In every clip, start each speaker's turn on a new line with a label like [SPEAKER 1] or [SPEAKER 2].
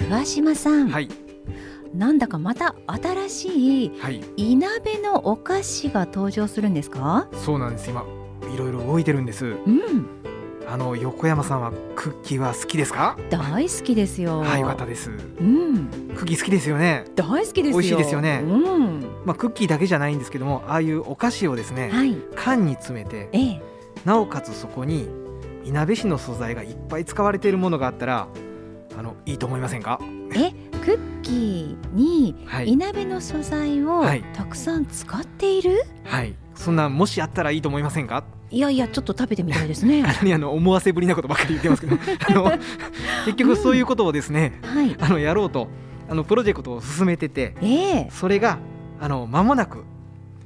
[SPEAKER 1] 岩島さん、
[SPEAKER 2] はい
[SPEAKER 1] なんだかまた新しい
[SPEAKER 2] はい
[SPEAKER 1] いなべのお菓子が登場するんですか
[SPEAKER 2] そうなんです今いろいろ動いてるんです
[SPEAKER 1] うん
[SPEAKER 2] あの横山さんはクッキーは好きですか
[SPEAKER 1] 大好きですよ
[SPEAKER 2] はいよかったです
[SPEAKER 1] うん
[SPEAKER 2] クッキー好きですよね
[SPEAKER 1] 大好きですよ
[SPEAKER 2] 美味しいですよね
[SPEAKER 1] うん
[SPEAKER 2] まあクッキーだけじゃないんですけどもああいうお菓子をですね
[SPEAKER 1] はい
[SPEAKER 2] 缶に詰めて
[SPEAKER 1] ええ
[SPEAKER 2] なおかつそこにいなべ市の素材がいっぱい使われているものがあったらあのいいと思いませんか
[SPEAKER 1] クッキーに
[SPEAKER 2] はい
[SPEAKER 1] いなべの素材を
[SPEAKER 2] はい
[SPEAKER 1] たくさん使っている
[SPEAKER 2] はいそんなもしあったらいいと思いませんか
[SPEAKER 1] いやいやちょっと食べてみたいですねは
[SPEAKER 2] 何あの思わせぶりなことばかり言ってます けどあの結局そういうことをですね、
[SPEAKER 1] い
[SPEAKER 2] あのやろうとあのプロジェクトを進めてて
[SPEAKER 1] ええ
[SPEAKER 2] それがあの間もなく、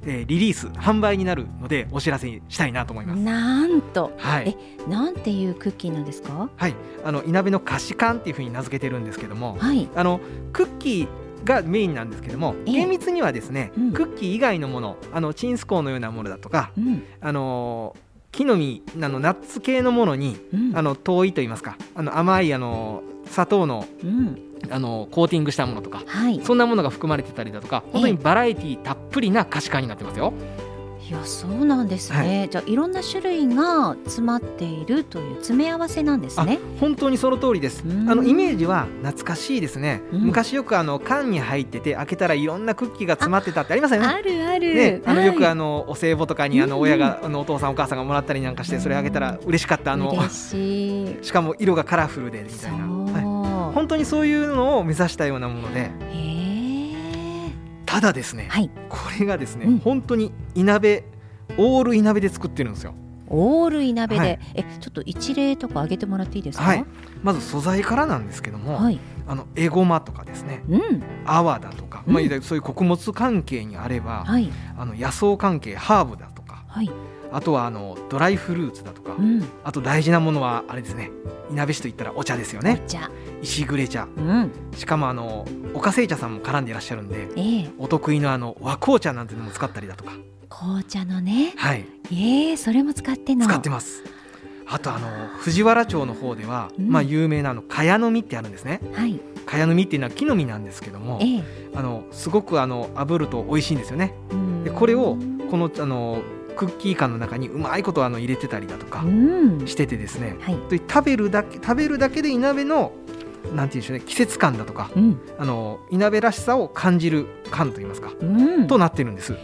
[SPEAKER 2] えーリリース販売になるのでお知らせしたいなと思います。
[SPEAKER 1] なんと
[SPEAKER 2] はい、
[SPEAKER 1] なんていうクッキーなんですか
[SPEAKER 2] はい、あのいなべの菓子缶っていうふうに名付けてるんですけども、
[SPEAKER 1] はい
[SPEAKER 2] あのクッキーがメインなんですけども
[SPEAKER 1] ええ
[SPEAKER 2] 厳密にはですね、
[SPEAKER 1] うん
[SPEAKER 2] クッキー以外のものあのチンスコーのようなものだとか、
[SPEAKER 1] うん
[SPEAKER 2] あの木の実あのナッツ系のものに
[SPEAKER 1] うん
[SPEAKER 2] あの遠いと言いますかあの甘いあの砂糖の
[SPEAKER 1] うん
[SPEAKER 2] あのコーティングしたものとか
[SPEAKER 1] はい
[SPEAKER 2] そんなものが含まれてたりだとか本当にバラエティたっぷりな菓子缶になってますよ。
[SPEAKER 1] いやそうなんですね、じゃあいろんな種類が詰まっているという詰め合わせなんですね
[SPEAKER 2] 本当にその通りです。
[SPEAKER 1] うん
[SPEAKER 2] あのイメージは懐かしいですね。
[SPEAKER 1] うん
[SPEAKER 2] 昔よくあの缶に入ってて開けたらいろんなクッキーが詰まってたってありますよね。
[SPEAKER 1] るある
[SPEAKER 2] ね、あのよくあ
[SPEAKER 1] の
[SPEAKER 2] のお歳暮とかにあの親があのお父さんお母さんがもらったりなんかしてそれあげたら嬉しかったあの
[SPEAKER 1] 嬉しい
[SPEAKER 2] しかも色がカラフルでみ
[SPEAKER 1] そ
[SPEAKER 2] た
[SPEAKER 1] う、
[SPEAKER 2] いな、はい、本当にそういうのを目指したようなもので
[SPEAKER 1] へえ
[SPEAKER 2] ただですね、
[SPEAKER 1] はい
[SPEAKER 2] これがですね、
[SPEAKER 1] うん
[SPEAKER 2] 本当にいなべオールいなべで作ってるんですよ
[SPEAKER 1] オールいなべで、
[SPEAKER 2] はい
[SPEAKER 1] えちょっと一例とか挙げてもらっていいですか
[SPEAKER 2] はいまず素材からなんですけども、
[SPEAKER 1] はい
[SPEAKER 2] あのエゴマとかですね
[SPEAKER 1] うん
[SPEAKER 2] 泡だとか、まあ、
[SPEAKER 1] うん
[SPEAKER 2] いわゆるそういう穀物関係にあれば、
[SPEAKER 1] はい
[SPEAKER 2] あの野草関係ハーブだとか
[SPEAKER 1] はい
[SPEAKER 2] あとはあのドライフルーツだとか、
[SPEAKER 1] うん
[SPEAKER 2] あと大事なものはあれですねいなべ市といったらお茶ですよね
[SPEAKER 1] じゃあ
[SPEAKER 2] 石暮茶
[SPEAKER 1] うん
[SPEAKER 2] しかもあの岡製茶さんも絡んでいらっしゃるんで
[SPEAKER 1] ええ
[SPEAKER 2] お得意のあの和紅茶なんてのも使ったりだとか
[SPEAKER 1] 紅茶のね
[SPEAKER 2] はい
[SPEAKER 1] ええそれも使ってんの
[SPEAKER 2] 使ってますあとあの藤原町の方では、
[SPEAKER 1] うん
[SPEAKER 2] まあ有名なあの茅の実ってあるんですね
[SPEAKER 1] はい
[SPEAKER 2] 茅の実っていうのは木の実なんですけども
[SPEAKER 1] ええ
[SPEAKER 2] あのすごくあの炙ると美味しいんですよね
[SPEAKER 1] うん
[SPEAKER 2] でこれをこのあのクッキー缶の中にうまいことあの入れてたりだとか
[SPEAKER 1] うん
[SPEAKER 2] しててですね
[SPEAKER 1] はい
[SPEAKER 2] で食べるだけ食べるだけでいなべのなんていうんでしょうね季節感だとか
[SPEAKER 1] うん
[SPEAKER 2] あのいなべらしさを感じる缶といいますか、
[SPEAKER 1] うん
[SPEAKER 2] となってるんです。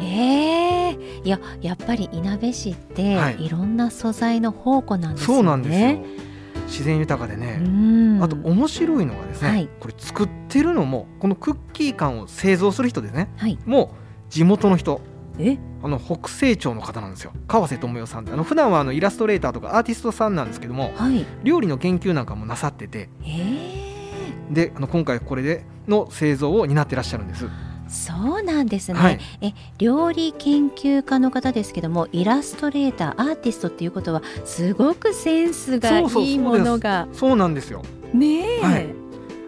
[SPEAKER 1] ええいややっぱりいなべ市って、
[SPEAKER 2] はい
[SPEAKER 1] い、ろんな素材の宝庫なんですよね
[SPEAKER 2] そうなんですよ。自然豊かで
[SPEAKER 1] う
[SPEAKER 2] ね。
[SPEAKER 1] ん
[SPEAKER 2] あと面白いのがですね、
[SPEAKER 1] はい
[SPEAKER 2] これ作ってるのもこのクッキー缶を製造する人ですね。
[SPEAKER 1] はい
[SPEAKER 2] もう地元の人。
[SPEAKER 1] え
[SPEAKER 2] あの北西町の方なんですよ川瀬智代さんってあの普段はあのイラストレーターとかアーティストさんなんですけども
[SPEAKER 1] はい
[SPEAKER 2] 料理の研究なんかもなさってて
[SPEAKER 1] え
[SPEAKER 2] であの今回これでの製造を担ってらっしゃるんです。
[SPEAKER 1] えそうなんですね、
[SPEAKER 2] はい
[SPEAKER 1] え料理研究家の方ですけどもイラストレーターアーティストっていうことはすごくセンスが
[SPEAKER 2] そうそうそう
[SPEAKER 1] いいものが
[SPEAKER 2] そうなんですよ
[SPEAKER 1] ねえ、
[SPEAKER 2] はい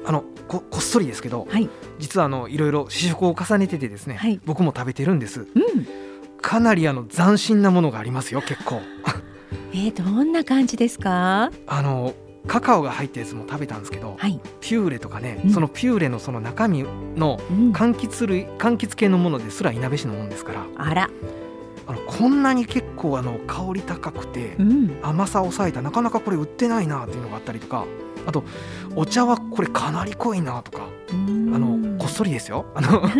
[SPEAKER 2] あのここっそりですけど、
[SPEAKER 1] はい
[SPEAKER 2] 実はあのいろいろ試食を重ねててですね、
[SPEAKER 1] はい
[SPEAKER 2] 僕も食べてるんです
[SPEAKER 1] うん
[SPEAKER 2] かなりあの斬新なものがありますよ結構
[SPEAKER 1] えどんな感じですか
[SPEAKER 2] あのカカオが入ったやつも食べたんですけど
[SPEAKER 1] はい、
[SPEAKER 2] ピューレとかね、
[SPEAKER 1] うん
[SPEAKER 2] そのピューレのその中身の
[SPEAKER 1] うん、
[SPEAKER 2] 柑橘類柑橘系のものですらいなべ市のものですから
[SPEAKER 1] あら
[SPEAKER 2] あのこんなに結構あの香り高くて
[SPEAKER 1] うん
[SPEAKER 2] 甘さを抑えたなかなかこれ売ってないなっていうのがあったりとかあとお茶はこれかなり濃いなとか
[SPEAKER 1] あ
[SPEAKER 2] あのこっそりですよあのもう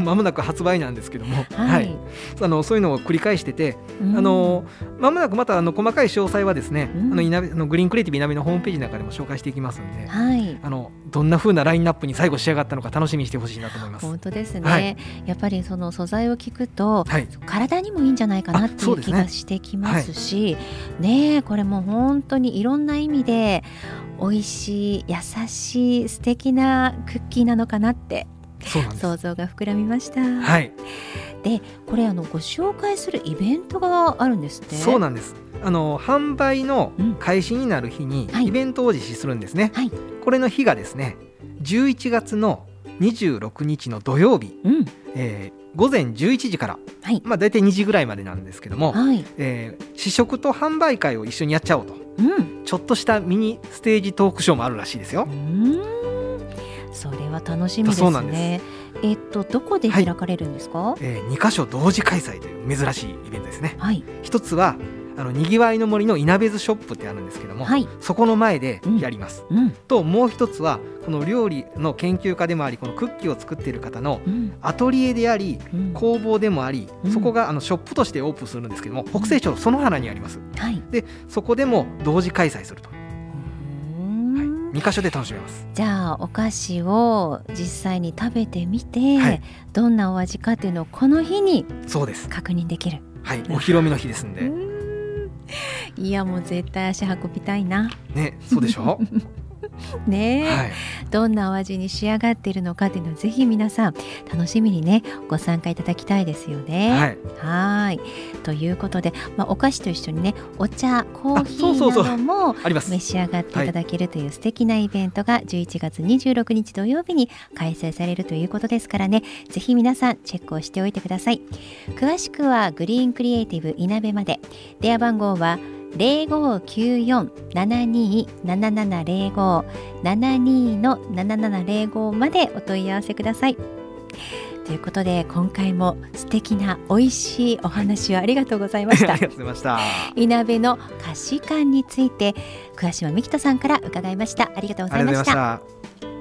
[SPEAKER 2] 間もなく発売なんですけども、
[SPEAKER 1] は
[SPEAKER 2] はいい、あのそういうのを繰り返してて、
[SPEAKER 1] うん
[SPEAKER 2] あの間もなくまたあの細かい詳細はですね、
[SPEAKER 1] うん
[SPEAKER 2] あのいなべあのグリーンクリエイティブいなべのホームページなんかでも紹介していきますんで、
[SPEAKER 1] はい
[SPEAKER 2] あのどんな風なラインナップに最後仕上がったのか楽しみにしてほしいなと思います。
[SPEAKER 1] 本当ですね、
[SPEAKER 2] はい
[SPEAKER 1] やっぱりその素材を聞くと
[SPEAKER 2] はい、
[SPEAKER 1] 体にもいいんじゃないかなってい
[SPEAKER 2] あそう
[SPEAKER 1] う
[SPEAKER 2] です
[SPEAKER 1] 気
[SPEAKER 2] ね
[SPEAKER 1] がしてきますしね,、えこれも本当にいろんな意味で美味しい優しい素敵なクッキーなのかなって
[SPEAKER 2] そうなんです。
[SPEAKER 1] 想像が膨らみました、
[SPEAKER 2] はい、
[SPEAKER 1] これあのご紹介するイベントがあるんですって
[SPEAKER 2] そうなんです。あの販売の
[SPEAKER 1] うん
[SPEAKER 2] 開始になる日に
[SPEAKER 1] はい
[SPEAKER 2] イベントを実施するんですね。
[SPEAKER 1] はい
[SPEAKER 2] これの日がですね、11月の26日の土曜日、
[SPEAKER 1] うん
[SPEAKER 2] えー午前11時から、
[SPEAKER 1] はい
[SPEAKER 2] まあ大体2時ぐらいまでなんですけども、
[SPEAKER 1] はい
[SPEAKER 2] えー試食と販売会を一緒にやっちゃおうと。
[SPEAKER 1] うん
[SPEAKER 2] ちょっとしたミニステージトークショーもあるらしいですよ
[SPEAKER 1] う。ーんそれは楽しみですね
[SPEAKER 2] そうなんで
[SPEAKER 1] えっとどこで開かれるんですか
[SPEAKER 2] えー、2カ所同時開催という珍しいイベントですね
[SPEAKER 1] はい
[SPEAKER 2] 一つはあのにぎわいの森のいなべずショップってあるんですけども、
[SPEAKER 1] はい
[SPEAKER 2] そこの前でやります、
[SPEAKER 1] うん
[SPEAKER 2] ともう一つはこの料理の研究家でもありこのクッキーを作っている方の
[SPEAKER 1] うん
[SPEAKER 2] アトリエであり
[SPEAKER 1] うん
[SPEAKER 2] 工房でもあり、
[SPEAKER 1] うん
[SPEAKER 2] そこがあのショップとしてオープンするんですけども北西町の園原にあります
[SPEAKER 1] はい
[SPEAKER 2] そこでも同時開催すると、
[SPEAKER 1] う
[SPEAKER 2] は
[SPEAKER 1] ーん
[SPEAKER 2] 2箇所で楽しめます
[SPEAKER 1] じゃあお菓子を実際に食べてみて、
[SPEAKER 2] はい
[SPEAKER 1] どんなお味かっていうのをこの日に
[SPEAKER 2] そうです
[SPEAKER 1] 確認できる
[SPEAKER 2] はいお披露目の日ですんで
[SPEAKER 1] うーんいやもう絶対足運びたいな
[SPEAKER 2] ねそうでしょ
[SPEAKER 1] ねえ、
[SPEAKER 2] はい
[SPEAKER 1] どんなお味に仕上がっているのかっていうのをぜひ皆さん楽しみにねご参加いただきたいですよね。
[SPEAKER 2] はい
[SPEAKER 1] はーいということで、まあ、お菓子と一緒にねお茶コーヒ
[SPEAKER 2] あそうそうそ
[SPEAKER 1] ー
[SPEAKER 2] う
[SPEAKER 1] なども
[SPEAKER 2] あります
[SPEAKER 1] 召し上がっていただけるという素敵なイベントが11月26日土曜日に開催されるということですからねぜひ皆さんチェックをしておいてください詳しくはグリーンクリエイティブいなべまで電話番号は0594-727705 72の7705までお問い合わせくださいということで今回も素敵な美味しいお話をありがとうございまし
[SPEAKER 2] あ
[SPEAKER 1] た
[SPEAKER 2] りがとうございましたあ
[SPEAKER 1] いなべの菓子館について詳しくは三木田さんから伺いましたありがとうござい
[SPEAKER 2] りがとうご
[SPEAKER 1] ました
[SPEAKER 2] ざいました